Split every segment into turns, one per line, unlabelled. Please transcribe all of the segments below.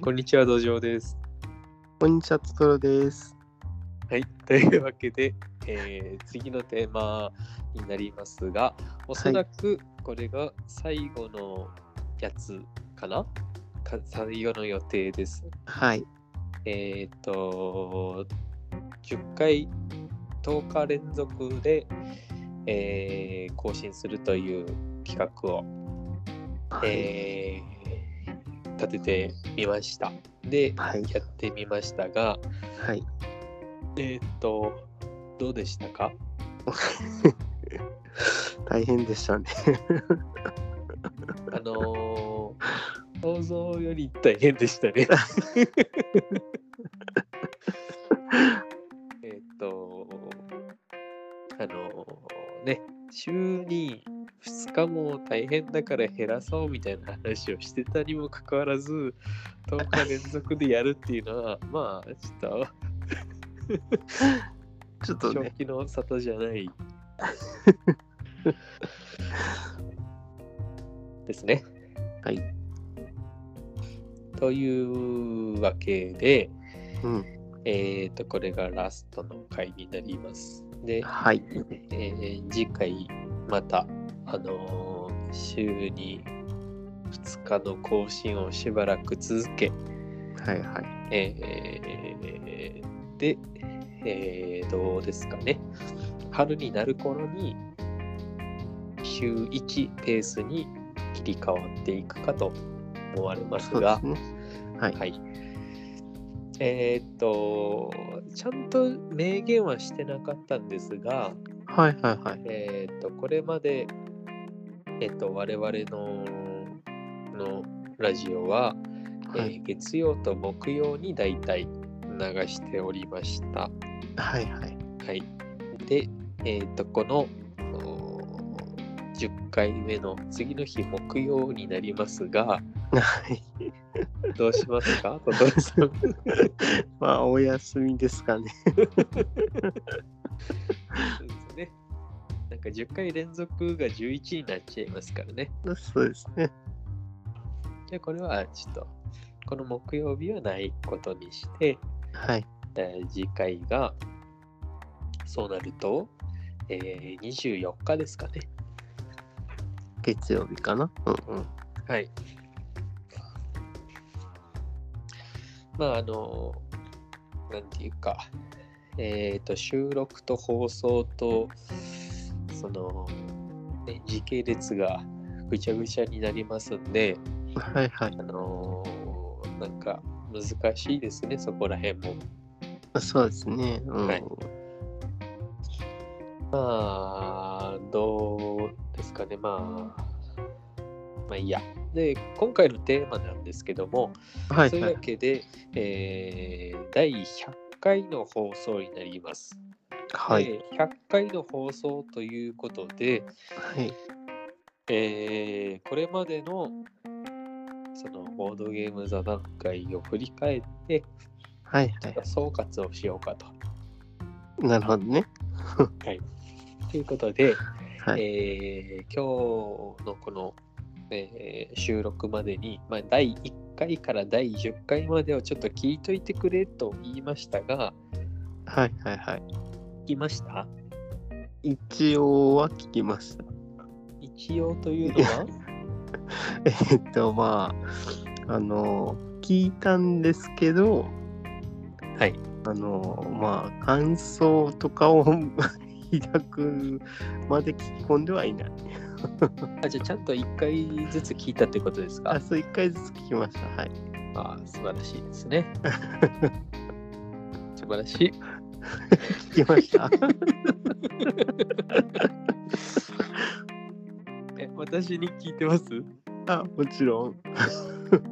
こんにちは、土壌です。
こんにちは、トトロです。
はい、というわけで、えー次のテーマになりますが、おそらくこれが最後のやつかな、か最後の予定です。
はい。
えっ、と、10回、10日連続で、えー更新するという企画を、えー立ててみました。で、
はい。
やってみましたが、
はい。
えーっと、どうでしたか
大変でしたね。
あのー、想像より大変でしたね。えーっと、あのー、ね、週に2日も大変だから減らそうみたいな話をしてたにもかかわらず、10日連続でやるっていうのは、まあ、ちょっ
ちょっ
と
と
正
ね、
気の沙汰じゃない。 ですね。
はい。
というわけで、
うん。
えっ、と、これがラストの回になります。で、
はい。
えー次回また、あのー週に2日の更新をしばらく続け、
はいはい。
えーで、えーどうですかね。春になる頃に、週1ペースに切り替わっていくかと思われます
そう
が、
ですね。はい。
はい。えーっと、ちゃんと明言はしてなかったんですが、
はいはいはい。
えーっと、これまで、えーっと、我々ののラジオは、
は
え
い
ー月曜と木曜にだいたい流しておりました。
はいはい。
はい。で、えーっと、この、おー10回目の次の日木曜になります が、
はい。
どうしますか、トトロさん。
まあ、お休みですかね。
そうですね。なんか10回連続が11になっちゃいますからね。
そうですね。
じゃあこれはちょっと、この木曜日はないことにして、
はい。
えー次回が、そうなると、えー24日ですかね。
月曜日かな。うんうん。
はい。まあ、あの、なんていうか、えっ、と、収録と放送と、その、ね、時系列がぐちゃぐちゃになりますんで、
はいはい。
あのーなんか難しいですね、そこら辺も。
そうですね。うん。
はいまあ、どうですかね、まあ、まあいいや。で、今回のテーマなんですけども、
はい
という
は
わ
い。
けで、えー第100回の放送になります。
はい。
で100回の放送ということで、
はい。
えーこれまでのそのボードゲーム座談会を振り返って、
はいはい。
総括をしようかと。
なるほどね。
ということで、
はい。
えー今日のこの、えー収録までに、まあ、第1回から第10回までをちょっと聞いといてくれと言いましたが、
はいはいはい。
聞きました
一応は聞きました。
一応というのは
えっと、まあ、あの、聞いたんですけど、
はい。
あのまあ感想とかを 開くまで聞き込んではいない。
あじゃあちゃんと1回ずつ聞いたってことです
あ
か
そう一回ずつ聞きました。はい。
あ素晴らしいですね。 素晴らしい。
聞きました。
え私に聞いてます
あ もちろん。
そう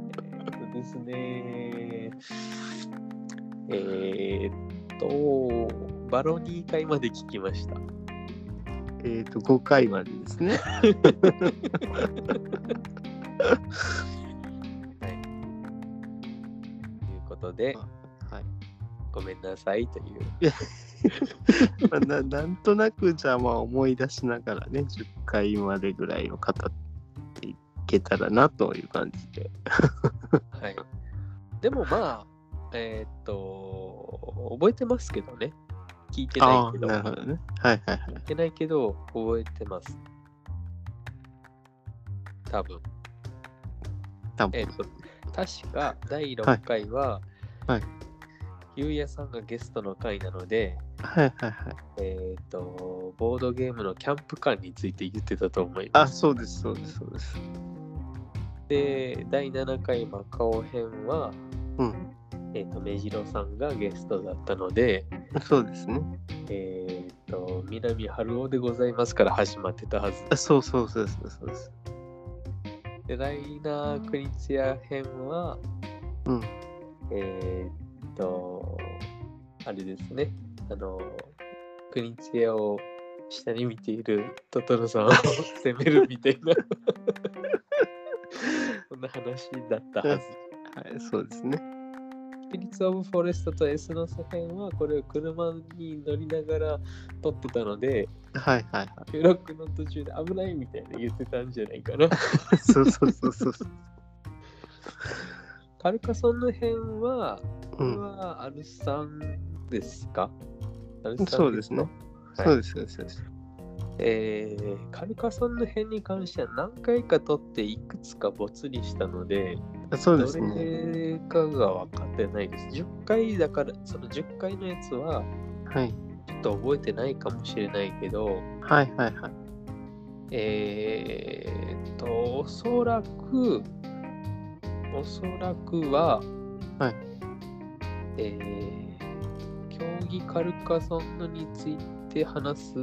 ですね。えーっと、バロニー会まで聞きました。
えっ、と5回までですね。
ということで、
はい。
ごめんなさいという。
まあ、ななんとなくじゃあまあ思い出しながらね10回までぐらいを語っていけたらなという感じで。
はい。でもまあ、えーっと、覚えてますけどね。聞いてないけど、
ああ、なるほどね。はいはいはい
聞い。てないけど、覚えてます。多分
多
え
分
っ、と、確か第6回は、
はい
ゆうやさんがゲストの回なので、
はいはいはい。
えっ、と、ボードゲームのキャンプ感について言ってたと思いま
あ、
す。
そうです、そうです、そうです。
で、第7回マカオ編は、
うん、
えっ、と、目白さんがゲストだったので、
そうですね。
えっ、と、南春夫でございますから始まってたはず。
あそうそうそうそうそうです。
で、ライナー・クリチア編は、
うん、
えーっと、あれですね、あの、クリチエを下に見ているトトロさん を責めるみたいな、 そんな話だったはず。
はい、そうですね。
スピリッツ・オブ・フォレストとエスノス編は、これを車に乗りながら撮ってたので、
はいはいは
収録の途中で危ないみたいな言ってたんじゃないか な。
い。そうそうそうそう。
カルカソンの辺は、こ
う
れ
ん、
はアルさんですか、アルさん
そうですね
か。
そうです、そうですそうです。
えーカルカソンの辺に関しては何回か撮っていくつか没にしたので、
あそう
ど
ですね。
れかが分かってないです。10回だから、その10回のやつは
はい。
ちょっと覚えてないかもしれないけど、
はいはいはい。
えーっと、おそらく、おそらくは、
はい
えー競技カルカソンのについて話す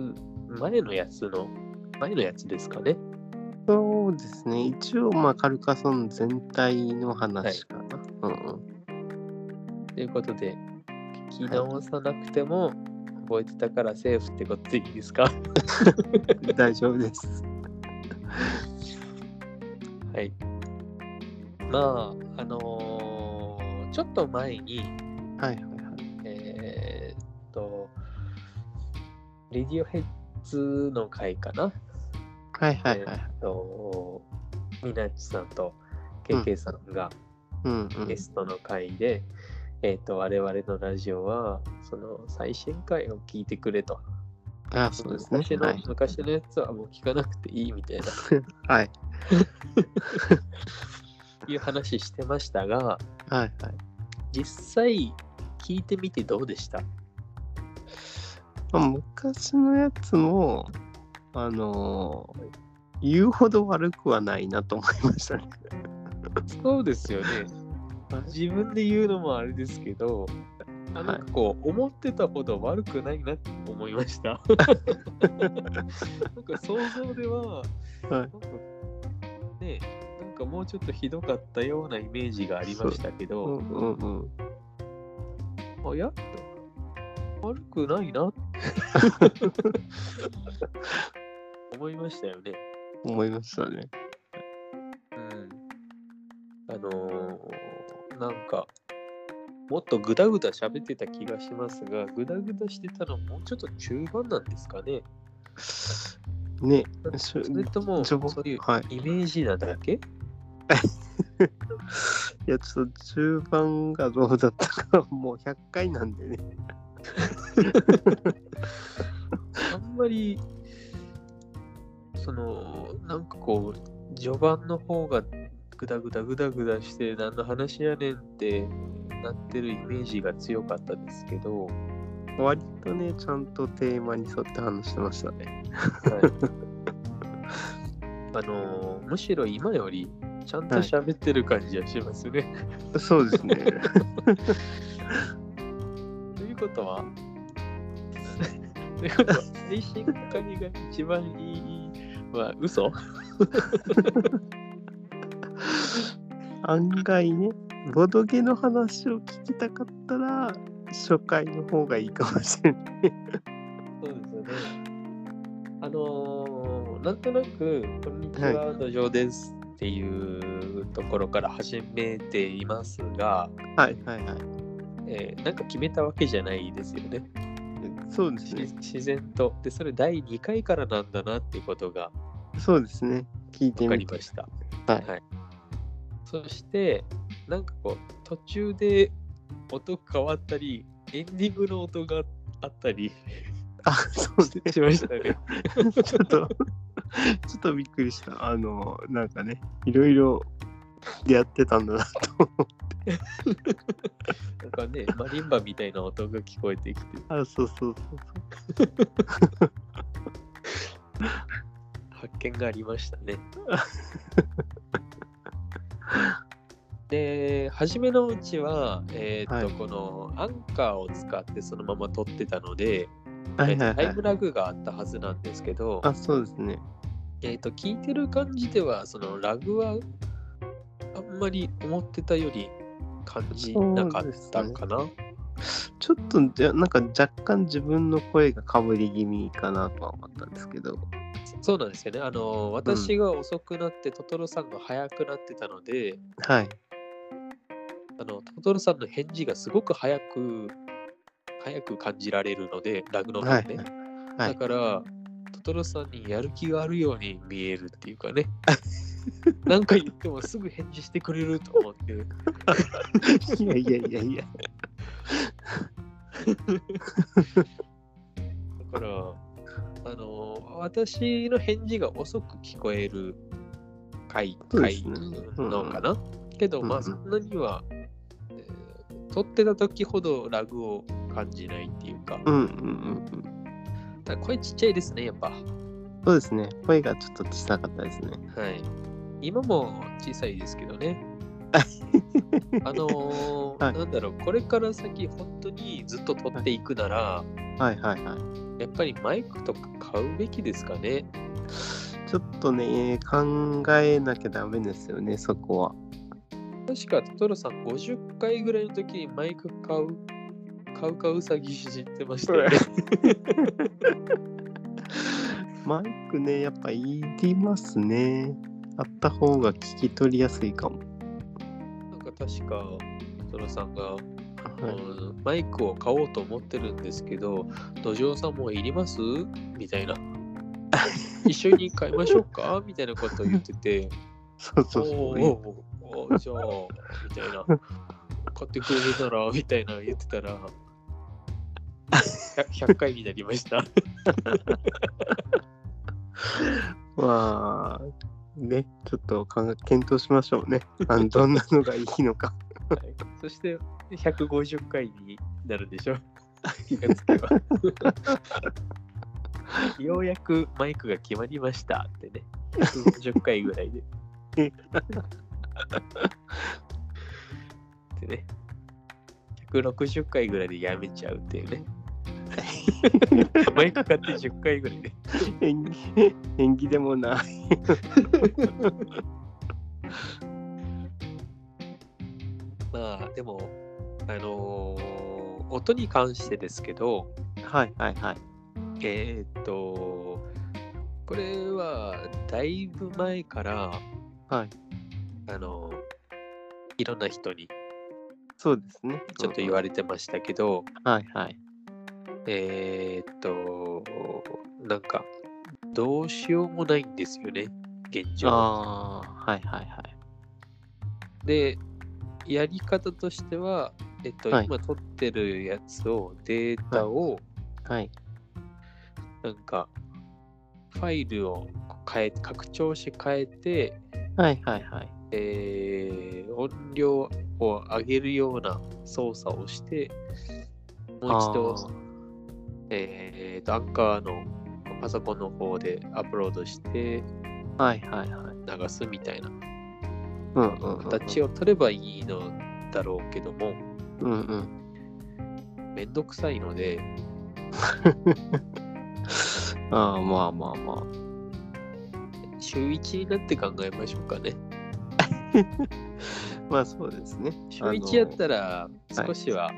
前のやつの、前のやつですかね。
そうですね。一応、まあ、カルカソン全体の話かな。うんうん。
ということで、聞き直さなくても、覚えてたからセーフってことでいいですか は
大丈夫です。
い。まあ、あのーちょっと前に、
はいはいはい。
えーっと、レディオヘッズの回かな、
はいはいはい。
えーっと、みなっちさんとけいけいさんが
うんうん
ゲ。ストの回で、えーっと、我々のラジオは、その最新回を聞いてくれと。
あ、そうですね。
昔の、
はい。
昔のやつはもう聞かなくていいみたいな、
はい
いう話してましたが、
はいはい。
実際聞いてみてどうでした
まあ、昔のやつも、あのー言うほど悪くはないなと思いましたね。
そうですよね。自分で言うのもあれですけど、あなんかこう、思ってたほど悪くないなって思いま した。なんか想像では、
はい
なんかね、なんかもうちょっとひどかったようなイメージがありましたけ
うん
ど、
うんうん。
あやっと悪くないなって思いましたよね。
思いましたね。
あのーなんか、もっとぐだぐだ喋ってた気がしますが、ぐだぐだしてたのもうちょっと中盤なんですかね。
ね、しょ
それとも、
序盤
そういう
は
イ
い。
メージなだけ
いや、ちょっと中盤がどうだったか、もう100回なんで ね。
あんまり、その、なんかこう、序盤の方がぐだぐだぐだぐだして、何の話やねんってなってるイメージが強かったですけど、
割とね、ちゃんとテーマに沿って話してましたね。
あのーむしろ今よりちゃんと喋ってる感じがしますね。
そうで すね。
ということはということは最新回が一番いいは嘘
案外ね、ボドゲの話を聞きたかったら、初回の方がいいかもしれない。
そうですよね。あのーなんとなく、こんにちは、土壌ですっていうところから始めていますが、
はいはいはい。
えーなんか決めたわけじゃないですよね。
そうです
し
ね。
自然と。で、それ第2回からなんだなっていうことが
そうですね。聞いて
分か
み
り
て
ま。した。
はい
そして、なんかこう途中で音変わったりエンディングの音があったり
あ、そうね。
しま したね。
ちょっと、ちょっとびっくりした。あの、なんかね、いろいろやってたんだなと。
なんかねマリンバみたいな音が聞こえてきて
あ、そうそうそう
発見がありましたね。 で初めのうちは、えーっと
はい
このアンカーを使ってそのまま撮ってたので、
そう。はいはいは
えーっとタイ
い
ム。ラグがあったはずなんですけど、
あ、そうですね。
えーっと聞いてる感じではそのラグはあんまり思ってたより感じなかったかな。
ちょっと、じゃなんか若干自分の声がかぶり気味かなとは思ったんですけど。
そうなんですよね。あの私が遅くなって、トトロさんが早くなってたので、
はい。
あのトトロさんの返事がすごく早く早く感じられるのでラグの
は
中
い
で、ね
はい
だからトトロさんにやる気があるように見えるっていうか ねなんか言ってもすぐ返事してくれると思って
いやいやいやいや。
だからあの私の返事が遅く聞こえる回
そうです
回
ね
のかな、けどまあ
うんう
そ
ん
んなには、えー撮ってた時ほどラグを感じないっていうか、
うんうんうんうん。
ただ声ちっちゃいですねやっぱ。
そうですね。声がちょっと小さかったですね。
はい。今も小さいですけど ね。あのー
はい
なんだろう、これから先本当にずっと撮っていくなら、
はいはいはい。
やっぱりマイクとか買うべきですかね。
ちょっとね、考えなきゃダメですよね、そこは。
確か、トトロさん50回ぐらいの時にマイク買う、買う買う詐欺知ってましたよね。
マイクね、やっぱいりますね。あった方が聞き取りやすいかも。
なんか確か、トトロさんが、あ
はい、
のマイクを買おうと思ってるんですけど、土壌さんもういりますみたいな。 一緒に買いましょうかみたいなことを言ってて、
そうそう
お
そう
ー。おーおーじゃあ、みたいな。買ってくれるなら、みたいな言ってたら、100, 回になりました。
まあ、ね、ちょっと考え検討しましょ うね。あのどんなのがいいのか。
そして、150回になるで しょ。気がつけば。 ようやくマイクが決まりましたってね。150回ぐら いで。でね。160回ぐらいでやめちゃうっていう ね。マイク買って10回ぐらいで。
演技演技でもない。
まあでも、あのー音に関してですけど、
はいはいはい。
えーっと、これはだいぶ前から、
はい。
あのいろんな人に
そうですね。
ちょっと言われてましたけど、
うんはいはい。
えーっと、なんか、どうしようもないんですよね、現状。
ああ、はいはいはい。
で、やり方としては、えっと、
はい
今撮ってるやつを、データを、
はい。
なんか、ファイルを変え、拡張し変えて、
はいはいはい。
えー音量を上げるような操作をして、もう一度
あー、
えーと、アンカーのパソコンの方でアップロードして
はいはいはい。
流すみたいな
うんうんうん、うん。
形を取ればいいのだろうけども、
うんうん。
めんどくさいので、
ああ、まあまあま
週1になって考えましょうかね。
あ。まあそうですね。
週1やったら、少しは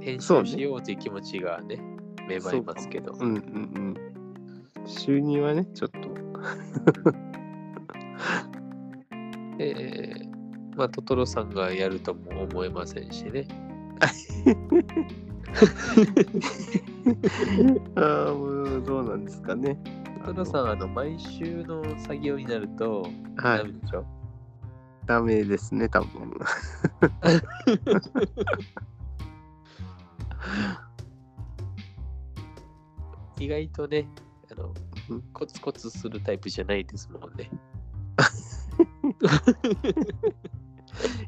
編
そう
集
ね
しようという気持ちがね、芽生えますけど。
うんうんうん。収入はね、ちょっと。
えーまあ、トトロさんがやるとも思えませんしね。
ああ、もうどうなんですかね。
トトロさん、あの、毎週の作業になると、
は
ダ
い
メ。でしょ
ダメですね、多分。
意外とね、あの
うん、
コツコツするタイプじゃないですもんね。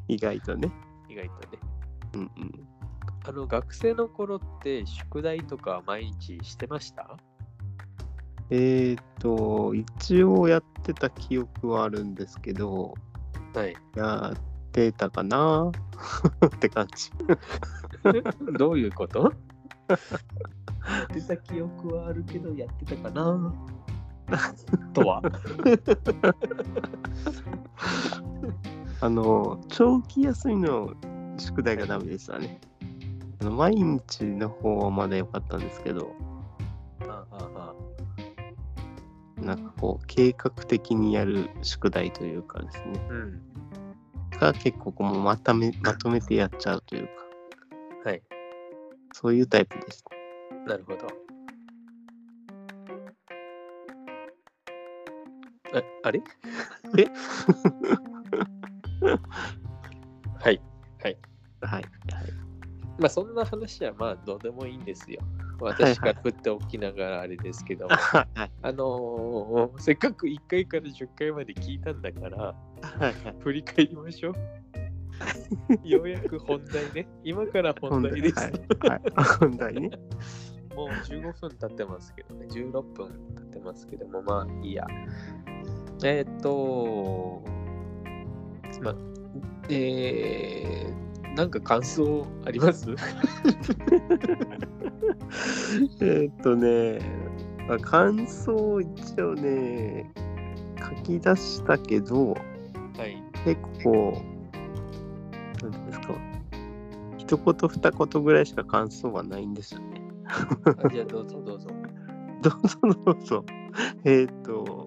意外とね。
意外とね。
うんうん。
あの、学生の頃って宿題とか毎日してました
えっ、と、一応やってた記憶はあるんですけど、
はい。
やってたかな って感じ。
どういうことやってた記憶はあるけど、やってたか なとは。
あの、長期休みの宿題がダメでしたね。あの毎日の方はまだ良かったんですけど、
あああ
なんかこう、計画的にやる宿題というかですね、
あうん。
が結構こうまとめ、まとめてやっちゃうというか、
はい。
そういうタイプです。
なるほど。ああれ
え
はい。
はい。
まあそんな話はまあどうでもいいんですよ。
はい
私が食っておきながらあれですけど、
はい。はい。
あのーせっかく1回から10回まで聞いたんだから、
はい。はい。
振り返りましょう。 ようやく本題ね。今から本題です。
はい。はい、本題ね。
もう15分経ってますけどね、16分経ってますけども、まあいいや。えーっと、まあ、えー、なんか感想あります
えーっとね、まあ、感想を一応ね、書き出したけど、
はい。
結構、なんていうんですか、一言二言ぐらいしか感想はないんですよね。
あじゃあどうぞどうぞ。
どうぞどうぞ。えーっと、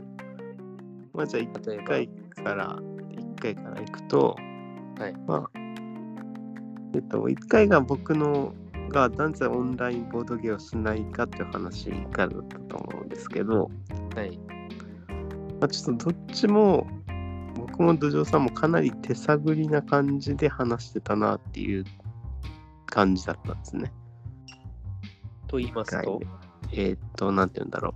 まあじゃあ一
例えば、
回から、一回から行くと、
はい
まあ、えっと、一回が僕のがなぜオンラインボードゲームをしないかっていう話からだったと思うんですけど、
はい。
まあ、ちょっとどっちも僕も土壌さんもかなり手探りな感じで話してたなっていう感じだったんですね。
と言いますと、
えーっと、なんて言うんだろ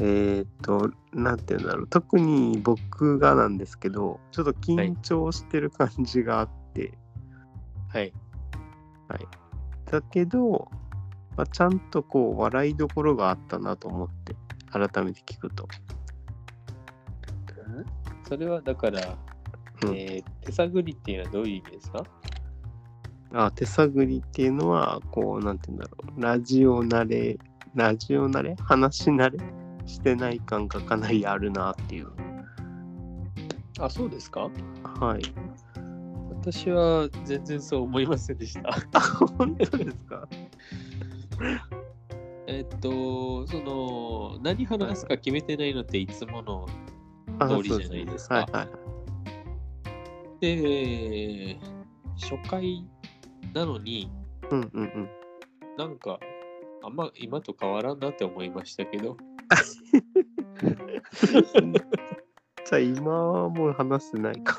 う。えーっと、なんて言うんだろう。特に僕がなんですけど、ちょっと緊張してる感じがあって、
はい。
だけど、まあ、ちゃんとこう、笑いどころがあったなと思って、改めて聞くと。
それはだから、
うん
えー手探りっていうのはどういう意味ですか
あ手探りっていうのは、こう、なんて言うんだろう。ラジオ慣れ、ラジオ慣れ話し慣れしてない感がかなりあるなっていう。
あ、そうですか
はい。
私は全然そう思いませんでした。
本当ですか
えっと、その、何話すか決めてないのっていつもの
あ
通りじゃないですか
そうねはいはい
で、初回なのに
うんうんうん。
なんかあんま今と変わらんなって思いましたけど、
じゃあ今はもう話してないか。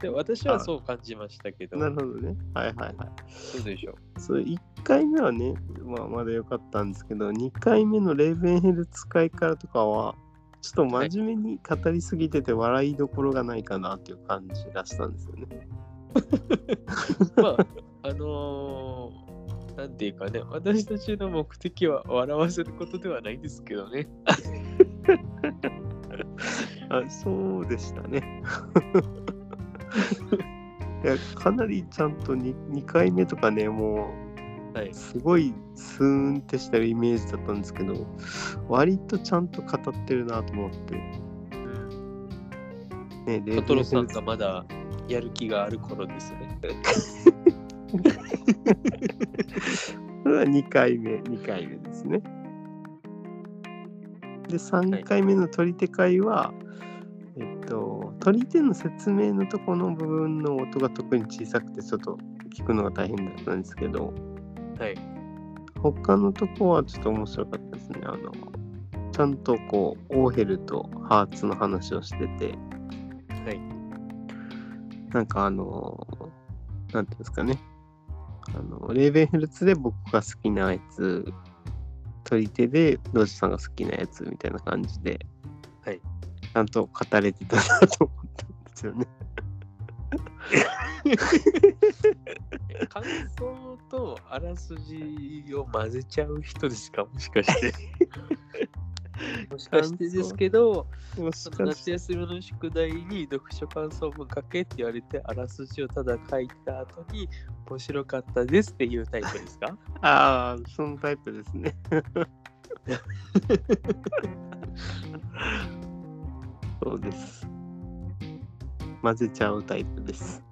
で私はそう感じましたけど、
なるほどね。はいはいはい。
そうでしょ
そう1回目はね、まあ、まだ良かったんですけど、2回目のレーベンヘル使いからとかは、ちょっと真面目に語りすぎてて笑いどころがないかなっていう感じがしたんですよね。
う。まあ、あのーなんていうかね、私たちの目的は笑わせることではないですけどね。
あそうでしたね。 いやかなりちゃんと 2, 2回目とかね、もう
はい。
すごいスーンってしてるイメージだったんですけど割とちゃんと語ってるなと思ってねレ
トトロさんがまだやる気がある頃ですね。
2回目2回目ですねで3回目の取り手会は、えっと取り手の説明のとこの部分の音が特に小さくてちょっと聞くのが大変だったんですけど
はい。
他のとこはちょっと面白かったですねあのちゃんとこうオーヘルとハーツの話をしてて
はい
なんかあのなんていうんですかねあのレーベンヘルツで僕が好きなやつ取り手でロジさんが好きなやつみたいな感じで、
はい、
ちゃんと語れてたなと思ったんですよね。
え 感想とあらすじを混ぜちゃう人ですかもしかして もしかしてですけど
も
そ
し
の
か
夏
して
休みの宿題に読書感想文書けって言われてあらすじをただ書いた後に面白かったですっていうタイプですか
ああそのタイプですね。そうです。混ぜちゃうタイプです。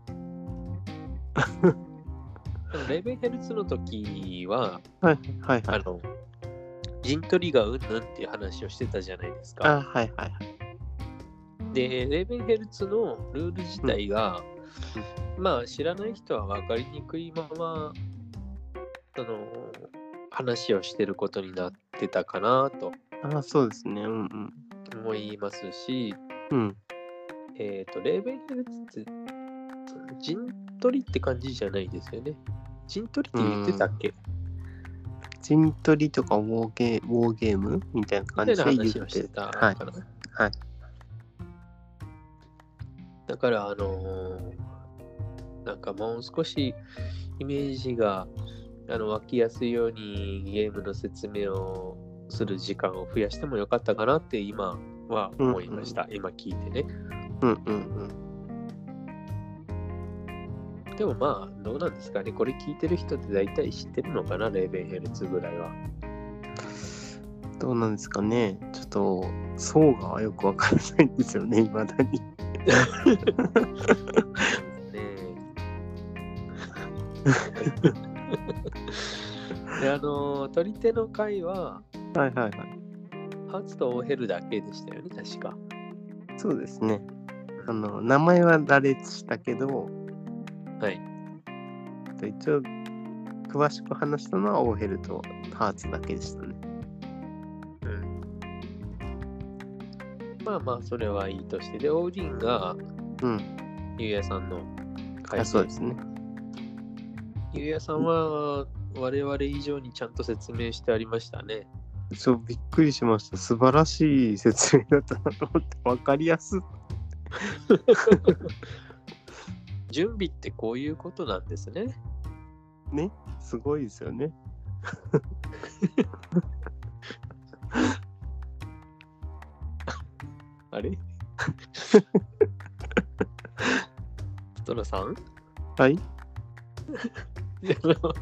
でもレベンヘルツの時は
はいはいは
あ
い。
の陣取りがうんぬんっていう話をしてたじゃないです
あ
か
はいはいはい。
でレーベンヘルツのルール自体が、まあ知らない人は分かりにくいままその話をしてることになってたかなと
あそうですね。うんうん。
思いますし、
うん。
えっとレーベンヘルツって陣取りって感じじゃないですよね陣取りって言ってたっけ
陣取りとかウォーゲーウォーゲームみたいな
み
感
たい
じ
な
で
話
言
を
っ
しててた
はい
か。な、
はい
だからあのーなんかもう少しイメージがあの湧きやすいようにゲームの説明をする時間を増やしてもよかったかなって今は思いました、今聞いてね
うんうん
でもまあどうなんですかねこれ聞いてる人って大体知ってるのかなレーベンヘルツぐらいは
うん。どうなんですかね。ちょっと層がよくわからないんですよね。いまだに。
ねえであのー取り手の会は
はいはいはい。
ハーツとオーヘルだけでしたよね確か
そうですね。あの名前は羅列したけど、
はい
一応詳しく話したのはオーヘルとハーツだけでしたね。
まあまあそれはいいとしてでオーディンが
うん。
ゆうやさんの会
あ、そうですね。
ゆうやさんは我々以上にちゃんと説明してありましたね
そう、びっくりしました。素晴らしい説明だったなと思って、わかりやすっ。
準備ってこういうことなんですね
ね。すごいですよね。
あ れトラさん
はい。
あの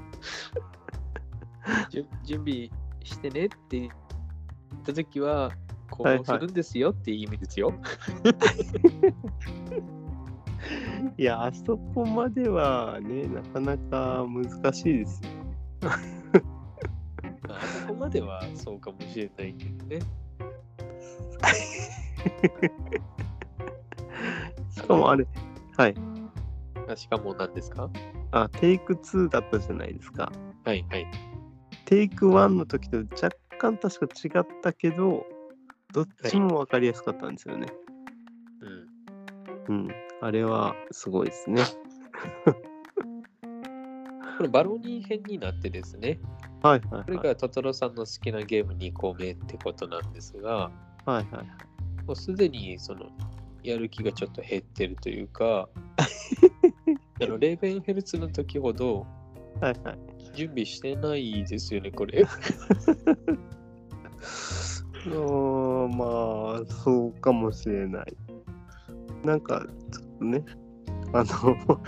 じゅ準備してねって言った時はこ
はいうはい
するんですよっていう意味ですよ、
いや、あそこまではね、なかなか難しいですよ。
まあ、あそこまではそうかもしれないけどね。
しかもあれ、はい。
あしかも何ですか
あ、テイク2だったじゃないですか。
はいはい。
テイク1の時と若干確か違ったけど、どっちも分かりやすかったんですよね。
うん、
うん。あれはすごいですね。
これバロニー編になってですね、
はいは
こ
い
れ
はい。
がトトロさんの好きなゲーム2個目ってことなんですが、
はいはい、
もうすでにそのやる気がちょっと減ってるという か、あのレーベンヘルツの時ほど
はいはい。
準備してないですよね、これ。
うーんまあ、そうかもしれない。なんか、ちょっとね、あの、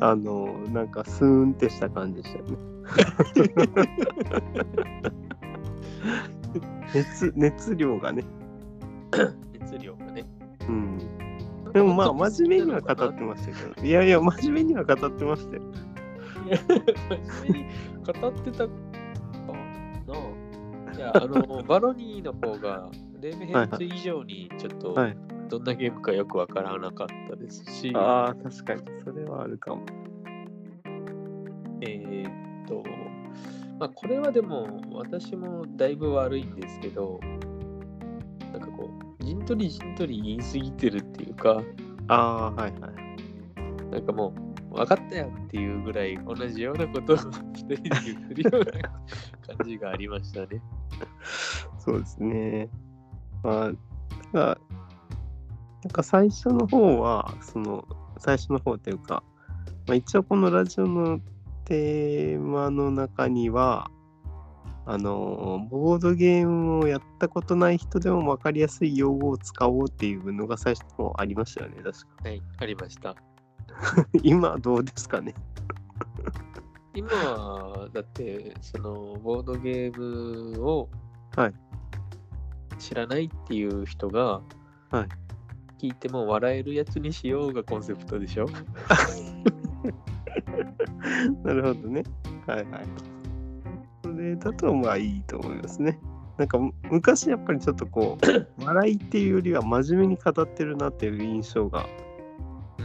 あの、なんかスーンってした感じでしたよね。 熱熱量がね、
熱量がね。
うん、でもまあ真面目には語ってましたけどいやいや真面目には語ってましたよ
真面目に語ってたかな。いや、 あの、バロニーの方が、レーベヘルツ以上にちょっと
はい、
どんなゲームかよくわからなかったですし、
ああ確かにそれはあるかも
えーっと、まあ、これはでも私もだいぶ悪いんですけどなんかこう陣取り陣取り言い過ぎてるっていうか
ああ、はいはい。
なんかもう分かったよっていうぐらい同じようなことを 2人で言ってるような感じがありましたね。
そうですね。まあ、ただ、なんか最初の方は、その、最初の方というか、まあ、一応このラジオのテーマの中には、あの、ボードゲームをやったことない人でも分かりやすい用語を使おうっていうのが最初の方ありましたよね、確か。
はい、ありました。
今はどうですかね。
今はだってそのボードゲームを
はい
知らないっていう人が
はい
聞いても笑えるやつにしようがコンセプトでしょ。
なるほどね。はいはい。それだとまあいいと思いますね。なんかむ昔やっぱりちょっとこ う笑いっていうよりは真面目に語ってるなっていう印象が
う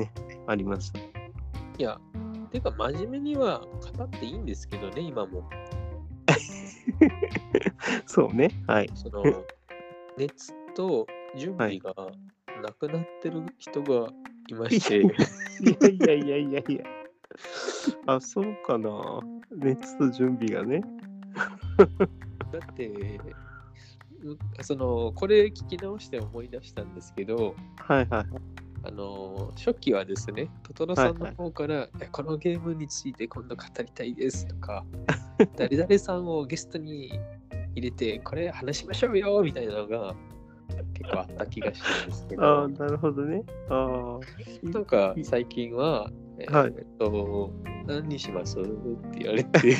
ん、
ありました。
いや、てか真面目には語っていいんですけどね、今も。
そうね。はい。
その熱と準備がなくなってる人がいまして、
いやいやいやいやいや。 あ、そうかな。熱と準備がね。
だってう そのこれ聞き直して思い出したんですけど、
はいはい。
あの初期はですね、トトロさんの
はい
方から、いやこのゲームについて今度語りたいですとか、誰々さんをゲストに入れて、これ話しましょうよみたいなのが結構あった気がしたんですけど。
ああ、なるほどね。あ
なんか最近は、えー
はい
えっと、何にしますって言われ て、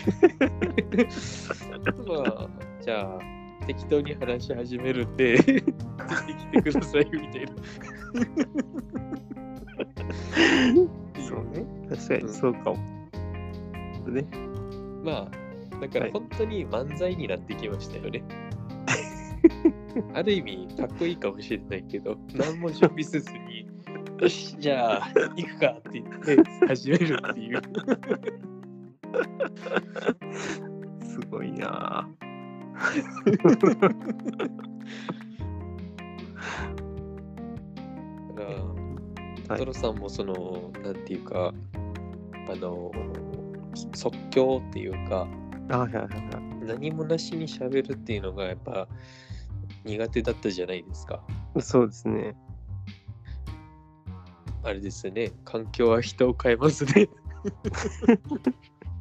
まあ、じゃあ、適当に話し始めるんで、ぜひ来てくださいみたいな。
あ、そうね。確かにそうかも。ね。
まあ、だから
はい
本当に漫才になってきましたよ ね。ある意味、かっこいいかもしれないけど、何も準備せずに、よし、じゃあ、行くかって言って、始めるっていう。
すごいな ぁ。
だから、トロさんもその、なんていうか、あの、そ即興っていうか、
あはいはいはいはい。
何もなしに喋るっていうのがやっぱ苦手だったじゃないですか。
そうですね。
あれですね、環境は人を変えますね。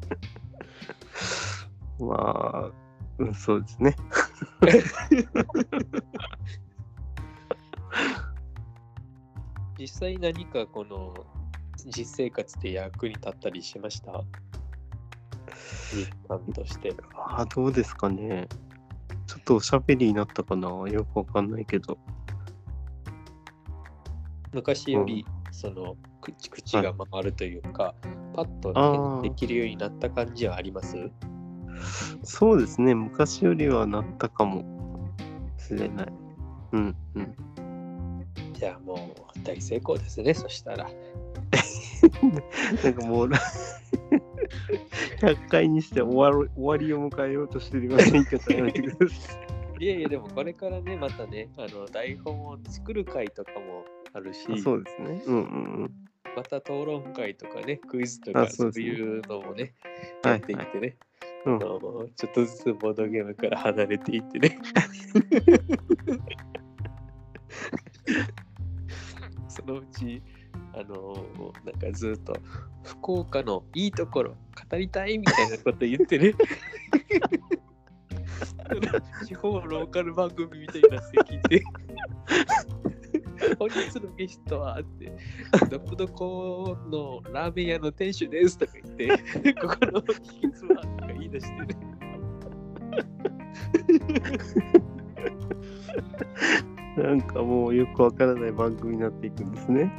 まあ、うん、そうですね。
実際何かこの実生活で役に立ったりしました実感として。
ああ、どうですかね。ちょっとおしゃべりになったかな。よくわかんないけど。
昔より、その口口が回るというか、パッと
あー
ね、できるようになった感じはあります
そうですね。昔よりはなったかもしれない。うん、うん。
じゃあもう大成功ですね、そしたら。
なんかもう、100回にして終わろ終わりを迎えようとしてるような言い方やめてください。
いやいや、でもこれからね、またね、あの台本を作る会とかもあるし、
あそうですね。うんうんうん。
また討論会とかね、クイズとか
あそ
そうう
ですね
いうのもね、
は
やっ
い
ていっ
はい。
てね、
うん
あのちょっとずつボードゲームから離れていって ね。そのうち、あのなんかずっと福岡のいいところ語りたいみたいなこと言ってね。地方ローカル番組みたいになって聞いて。本日のゲストはって、どこどこのラーメン屋の店主ですとか言って。ここの秘訣はとか言い出してる。
なんかもうよくわからない番組になっていくんですね。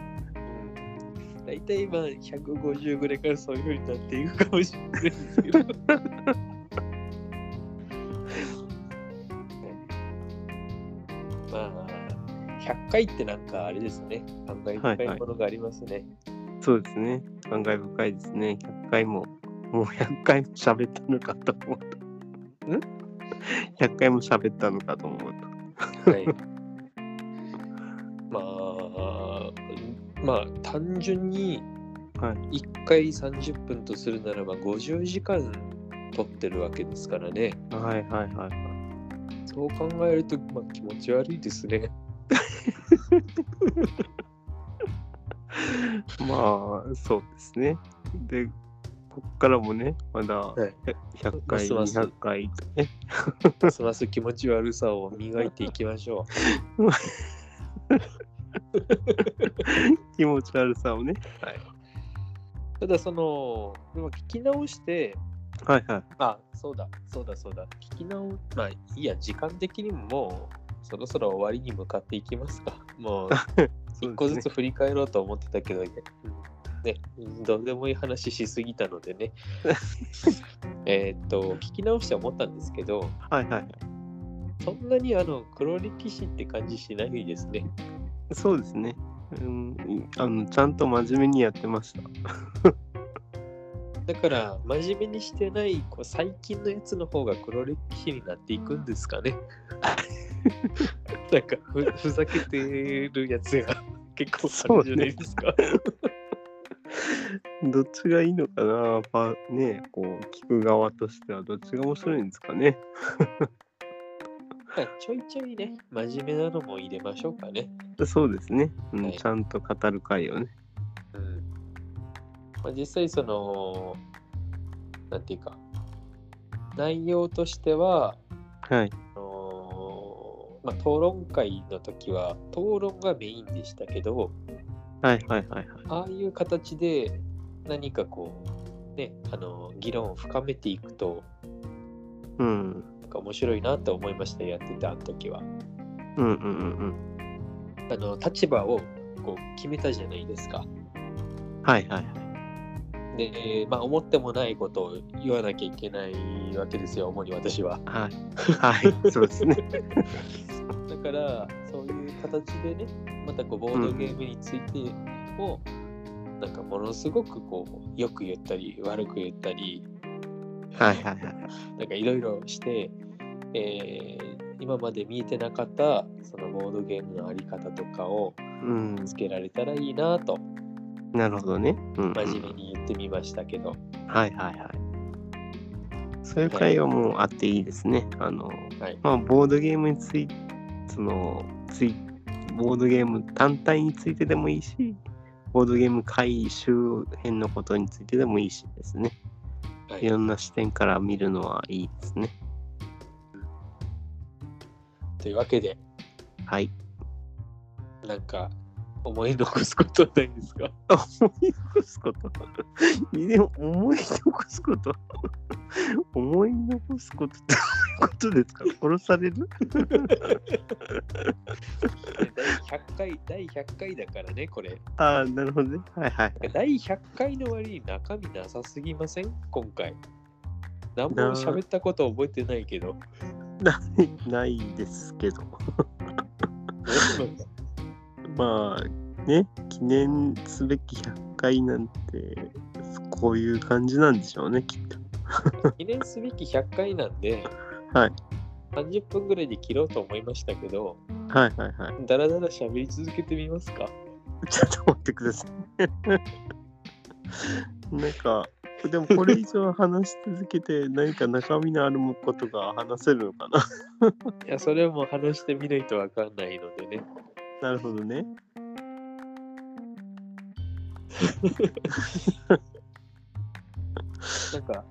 大体今150ぐらいからそういう風になっていくかもしれないですけど。まあ、100回ってなんかあれですね。考え深いものがありますね。
そうですね。感慨深いですね。100回ももう100回も喋ったのかと思った。
ん
?100 回も喋ったのかと思った。
はい、まあまあ単純に
は
1回30分とするならば50時間取ってるわけですからね
はいはいはいはい。
そう考えると、まあ、気持ち悪いです ね
まあ、そうですね。で、こっからもね、まだ
はい
100
ま
回、
すます
200回とね。
ますます気持ち悪さを磨いていきましょ
気持ち悪さをね。
うただそのでも聞き直して
はいはい。
あそうだそうだそうだ聞き直まあいいや時間的にももうそろそろ終わりに向かっていきますか もう
そうですね
一個ずつ振り返ろうと思ってたけど、ね、どうでもいい話しすぎたので ね。えーっと、聞き直して思ったんですけど、
はいはい。
そんなにあの黒歴史って感じしないですね。
そうですね。うん、あのちゃんと真面目にやってました。
だから、真面目にしてないこう最近のやつの方が黒歴史になっていくんですかね。なんかふ、ふざけてるやつが結構あるんじゃないですか。
どっちがいいのかなパねこう聞く側としてはどっちが面白いんですかね。
ちょいちょいね、真面目なのも入れましょうかね。
そうですね。うん
はい
ちゃんと語る回をね。
うんまあ、実際そのなんていうか内容としては
はい。
あのーまあ、討論会の時は討論がメインでしたけど
はいはいはいはい。
ああいう形で何かこうねあのー議論を深めていくと
うん。
なんか面白いなと思いましたやってた時は
うんうんうん
あの立場をこう決めたじゃないですか
うん。はいはいはい。
で、まあ、思ってもないことを言わなきゃいけないわけですよ主に私は
はい。は い。そうですね。
だからそういう形でねまたこうボードゲームについても、なんかものすごくこうよく言ったり悪く言ったり
はいはいはい。
なんかいろいろして、えー今まで見えてなかったそのボードゲームのあり方とかを
うん。
つけられたらいいなと
なるほどね。うん、うん。
真面目に言ってみましたけど、
はいはいはい。そういう会はもうあっていいですね。あの、
はい
まあ、ボードゲームについて、その、つい、ボードゲーム単体についてでもいいし、ボードゲーム会周辺のことについてでもいいしですね。
はい
いろんな視点から見るのはいいですね。
というわけで
はい。
なんか思い残すことはないですか
思い残すことでも思い残すこと思い残すことってどういうことですか殺される
第100回第100回だからねこれ
ああ、なるほどね。はいはい。
第100回の割に中身なさすぎません今回。何も喋ったこと覚えてないけど。
ないないですけど。まあね、記念すべき100回なんて、こういう感じなんでしょうね、きっと。
記念すべき100回なんで、
はい
30分ぐらいで切ろうと思いましたけど、
はいはいはい。
だらだら喋り続けてみますか。
ちょっと待ってください。 なんか、でもこれ以上話し続けて、何か中身のあることが話せるのかな。
いや、それはもう話してみないとわかんないのでね。
なるほどね。
なんか、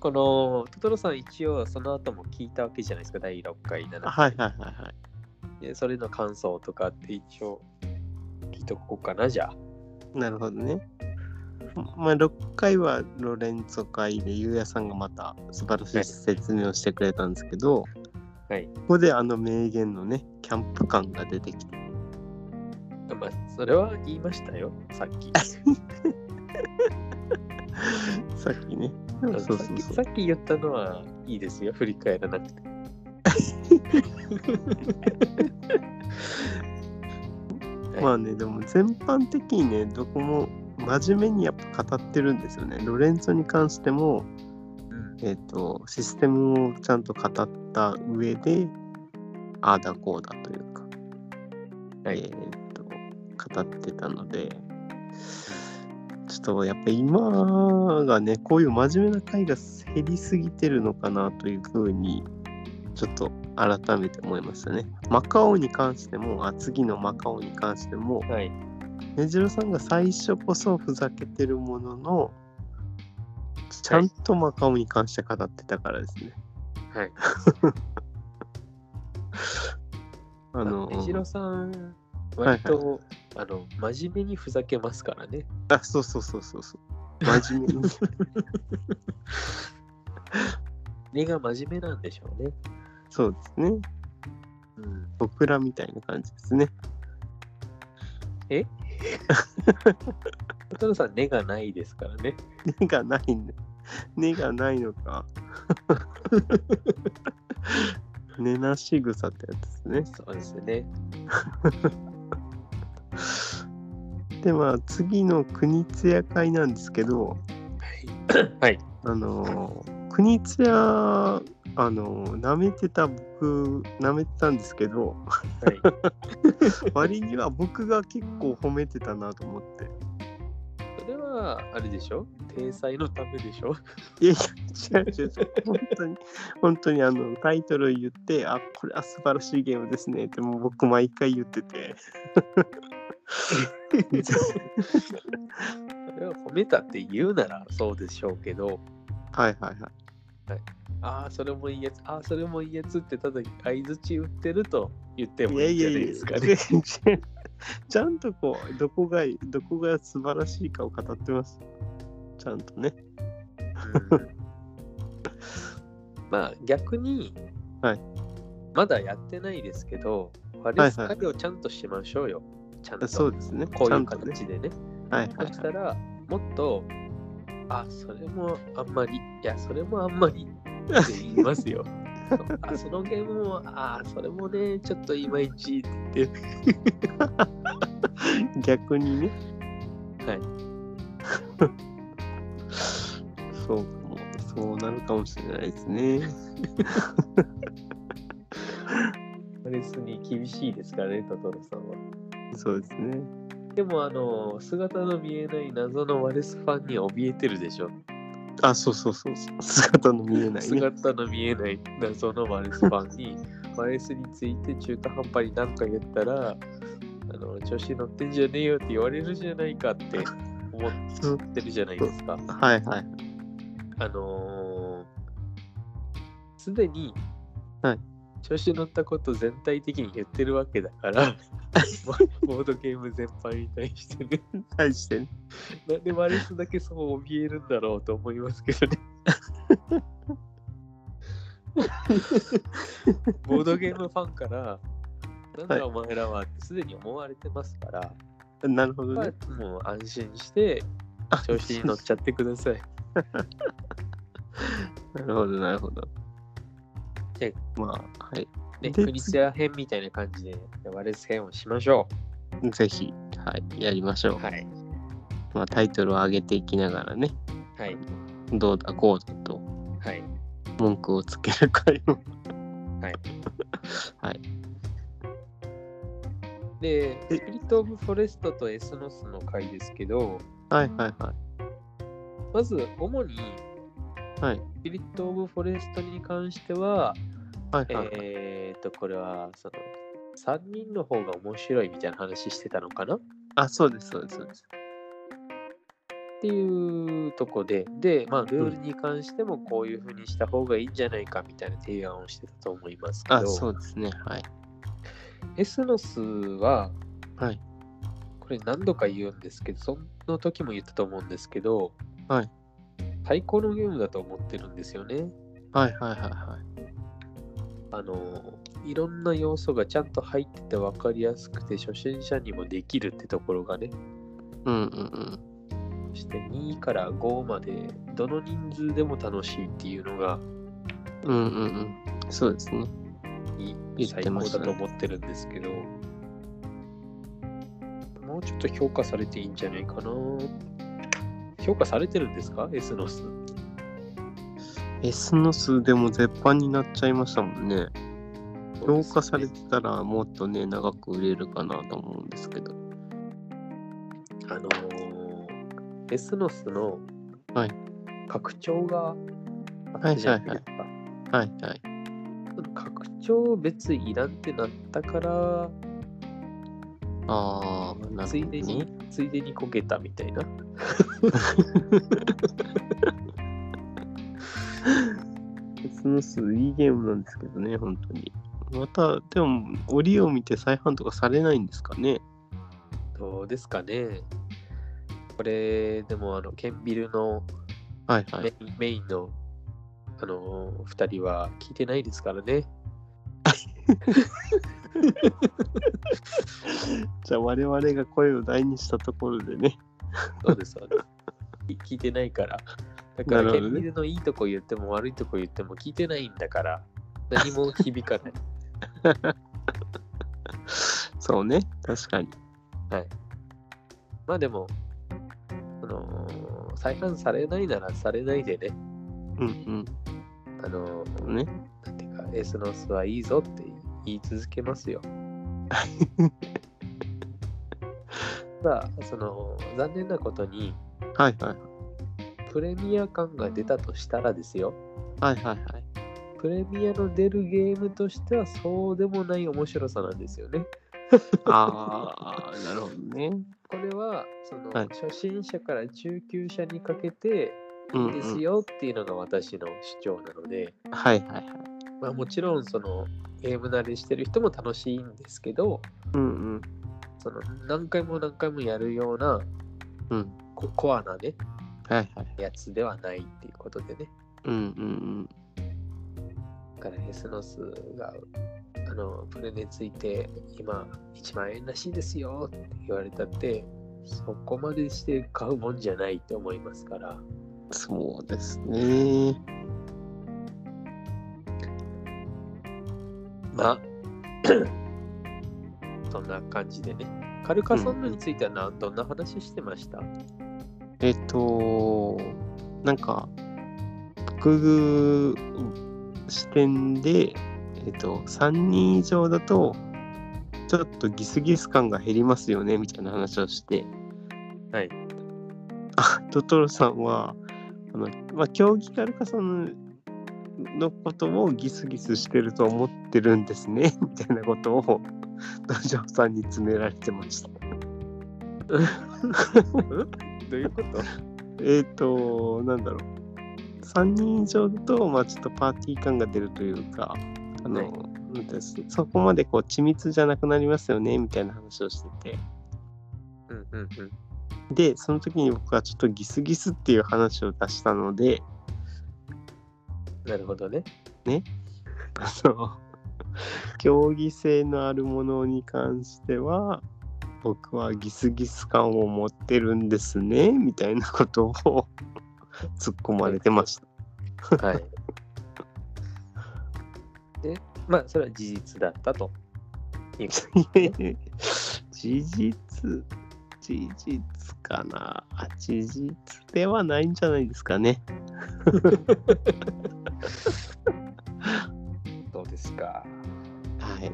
このトトロさん一応その後も聞いたわけじゃないですか、第6回、7回。
はいはいはいはい。
でそれの感想とかって一応聞いとこうかな、じゃあ。
なるほどね。まあ、6回はロレンツォ会でゆうやさんがまた素晴らしい説明をしてくれたんですけど、
はい
ここであの名言のねキャンプ感が出てきて
まあ、それは言いましたよ、さっき。
さっきね
あの
そ
さっ
うそう
き
そ
さ
う
っき言ったのはいいですよ、振り返らな くて。
まあねでも全般的にねどこも真面目にやっぱ語ってるんですよね。ロレンツォに関しても、
うん
えっとシステムをちゃんと語った上でああだこうだというか、
はい
えっと語ってたのでちょっとやっぱ今がねこういう真面目な回が減りすぎてるのかなというふうにちょっと改めて思いましたね。マカオに関してもあ次のマカオに関しても
はい。
ねじろさんが最初こそふざけてるもののちゃんとマカオに関して語ってたからですね。
はい。
あの
ねじろさん、
はい
割と、あの、真面目にふざけますからね。
あそうそうそうそうそう真面目に
根が真面目なんでしょうね。
そうですね
うん。
僕らみたいな感じですね
トロさん、根がないですからね。
根がないんだ 根がないのか 根なし草ってやつですね
そうですね。
でまあ次の国津屋会なんですけど
はい。
あのー国津屋あのー舐めてた僕舐めてたんですけど
はい。
割には僕が結構褒めてたなと思って
それは、あれでしょ体裁のためでしょ
いやいや違う違う違う本当に本当にあのタイトル言ってあこれは素晴らしいゲームですねってもう僕毎回言ってて
それは褒めたって言うならそうでしょうけど、
はいはいはい
ああ、それもいいやつ、ああ、それもいいやつって、ただ相づち打ってると言ってもいいんじゃないですか
いや
ね。
いやいやちゃんとこうどこがどこが素晴らしいかを語ってますちゃんとね
うんまあ逆に、
はい
まだやってないですけど、割り下げをちゃんとしましょうよ。ちゃんと
そうですね
こういう
ちゃんとね
形でね。
はいはい
そしたら、もっと、あ、それもあんまり、いや、それもあんまりって言います よ。そうあそのゲームも、あ、それもね、ちょっといまいちって。
逆にね
はい。
そうかもそうなるかもしれないですね
レスに厳しいですからね、トトロさんは。
そうですね
でも、あの、姿の見えない謎のワレスファンに怯えてるでしょ。
あそうそうそうそう姿の見えないね
姿の見えない謎のワレスファ ンに、ワレスについて中途半端に何か言ったら、あの、調子乗ってんじゃねえよって言われるじゃないかって思ってるじゃないですか。
はいはい
あのーすでに、
はい
調子乗ったこと全体的に言ってるわけだから、 ボードゲーム全般に対してね、
対してね
なんでワレスだけそう怯えるんだろうと思いますけ どね。ボードゲームファンから、なんだお前らはってすでに思われてますから、
なるほど
ま
ね
あもう安心して調子に乗っちゃってください。
なるほどなるほど
で
まあはい
ね、
で
クリスア編みたいな感じで、ワレス編をしましょ
ぜひはいやりまし
う。
ょう、
はい。
まあ、タイトルを上げていきながらね
はい。
どうだこうだと
はい。
文句をつける会も
はい。
はい。
で、
え
スピリット・オブ・フォレストとエスノスの回ですけど、
はいはいは
まず、主に、
いはい
スピリット・オブ・フォレストに関しては、
はいはい、
えー、っと、これは、その、3人の方が面白いみたいな話してたのかなっ
あそうですそうですそうです
ていうとこで、で、まあ、ルールに関してもこういう風にした方がいいんじゃないかみたいな提案をしてたと思いますけど、
あそうですねはい
エスノスは、
はい
これ何度か言うんですけど、その時も言ったと思うんですけど、
はい
最高のゲームだと思ってるんですよね。
はいはいはいはい
あの、いろんな要素がちゃんと入ってて分かりやすくて、初心者にもできるってところがね、
うんうんうん
そして2から5まで、どの人数でも楽しいっていうのが
うんうんうんそうですね
い
言
い、
っ
最
てま
高
した
だ
ね
と思ってるんですけど、もうちょっと評価されていいんじゃないかなっ評価されてるんですかエスノス。
エスノスでも絶版になっちゃいましたもんね。評価され
て
てたらもっとね、長く売れるかなと思うんですけど。
あのーエスノスの
はい
拡張があったじゃないですか。
はいはい。
その拡張別いらんってなったから、
ああ、なるほど、ね。
ついでに、ついでにこけたみたいな。
エスノスいいゲームなんですけどね、本当に。また、でも、折を見て再販とかされないんですかね。
どうですかね。これ、でも、あの、ケンビルの
はいは
メイ
い。
ン,、メインの、あのー、二人は聞いてないですからね。
じゃあ、我々が声を大にしたところでね。
そうです、そうです。聞聞いてないから。だか
なる
ら、
ほ
ケ
どね
ンビルのいいとこ言っても悪いとこ言っても聞いてないんだから、何も響か ない。
そうね、確かに。
はい。まあでも、あのー再販されないならされないでね、
うん
あのー
うん。ね。
なんていうか、エスノスはいいぞって言い続けます よ。ただ、その、残念なことに、
はいはい。
プレミア感が出たとしたらですよ、
はいはいはい。
プレミアの出るゲームとしてはそうでもない面白さなんですよね。
ああ、なるほどね。
これは、その、
はい
初心者から中級者にかけて、
うん、う
です
ん。
よっていうのが私の主張なので、
はいはいはい。
まあ、もちろんそのゲーム慣れしてる人も楽しいんですけど
うん
その何回も何回もやるような
うん。うん。
ココアなね
はいはい。
やつではないっていうことでね
うんうん
だからエスノスがあのプレネついて今1万円らしいですよって言われたってそこまでして買うもんじゃないと思いますから
うん。そうですね。
まあ そんな感じでねカルカソンヌについてはなどんな話してました
えっと、なんか、僕視点で、えっと、3人以上だと、ちょっとギスギス感が減りますよね、みたいな話をして、
はい
あトトロさんは、あの、まあ、競技カルカソンヌのことをギスギスしてると思ってるんですね、みたいなことを、ドジョーさんに詰められてました。
どういうこと
えっ、と、なんだろう。3人以上だと、まあ、ちょっとパーティー感が出るというか、あの、
はい
なんていうんですそこまでこう緻密じゃなくなりますよね、みたいな話をしてて。
うんうんうん
で、その時に僕はちょっとギスギスっていう話を出したので、
なるほどね。
あの、競技性のあるものに関しては、僕はギスギス感を持ってるんですね、みたいなことを 突っ込まれてました。
はい。で、まあ、それは事実だったと。いうこと
いやいやいや 事実事実かな事実ではないんじゃないですかね
どうですか。
はい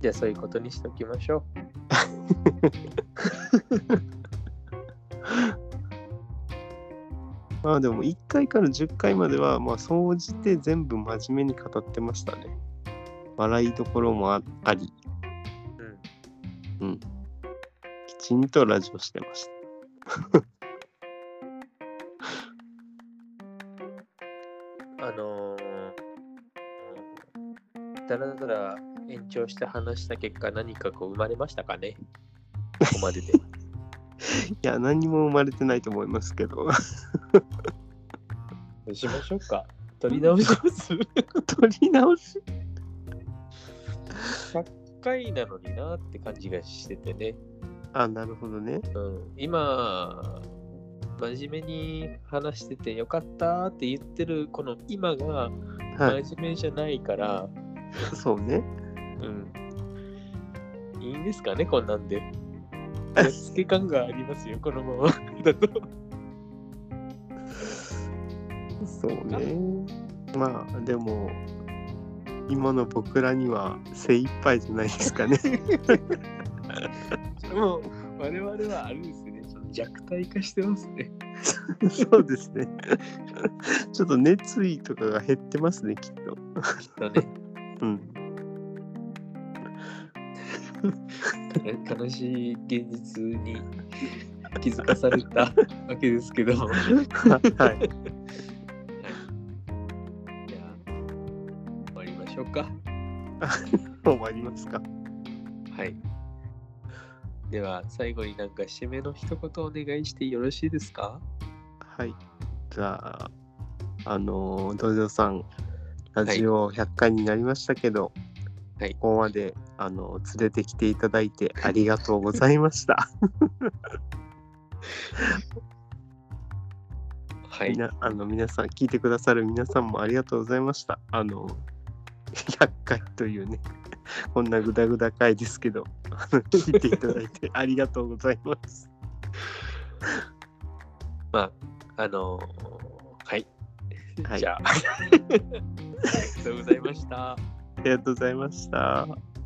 じゃあ、そういうことにしておきましょう。
まあでも1回から10回まではまあ総じて全部真面目に語ってましたね笑いどころもああり
うん。
きちんとラジオしてました
あのーだらだら延長して話した結果、何かこう生まれましたかね。ここまでで。
いや何も生まれてないと思いますけど
ど うしましょうか。取り直します。
取り直し
100回なのになって感じがしててね。
あなるほどね
うん、今真面目に話しててよかったって言ってるこの今が
はい
真面目じゃないから、
そうね
うん、いいんですかねこんなんで。やっつけ感がありますよこのまま。だと。
そうね。まあでも今の僕らには精一杯じゃないです かね。
もう、我々はあれですね、ちょっと弱体化してますね。
そうですね。 ちょっと熱意とかが減ってますねきっと。
きっ とね、
うん。
悲しい現実に気づかされたわけですけど。
はい。
じゃあ、終わりましょうか。
終わりますか。
はい。では、最後になんか締めの一言お願いしてよろしいですか
はい。じゃあ、あのー、道場さん、ラジオ100回になりましたけど、
はい
ここまで、あのー連れてきていただいてありがとうございました。
はい
み。なあの皆さん、聞いてくださる皆さんもありがとうございました。あの ー100回というね、 こんなグダグダ回ですけど、あの聞いていただいてありがとうございます。
まあ、あのーはい。
はい
じゃあ、ありがとうございました。
ありがとうございました。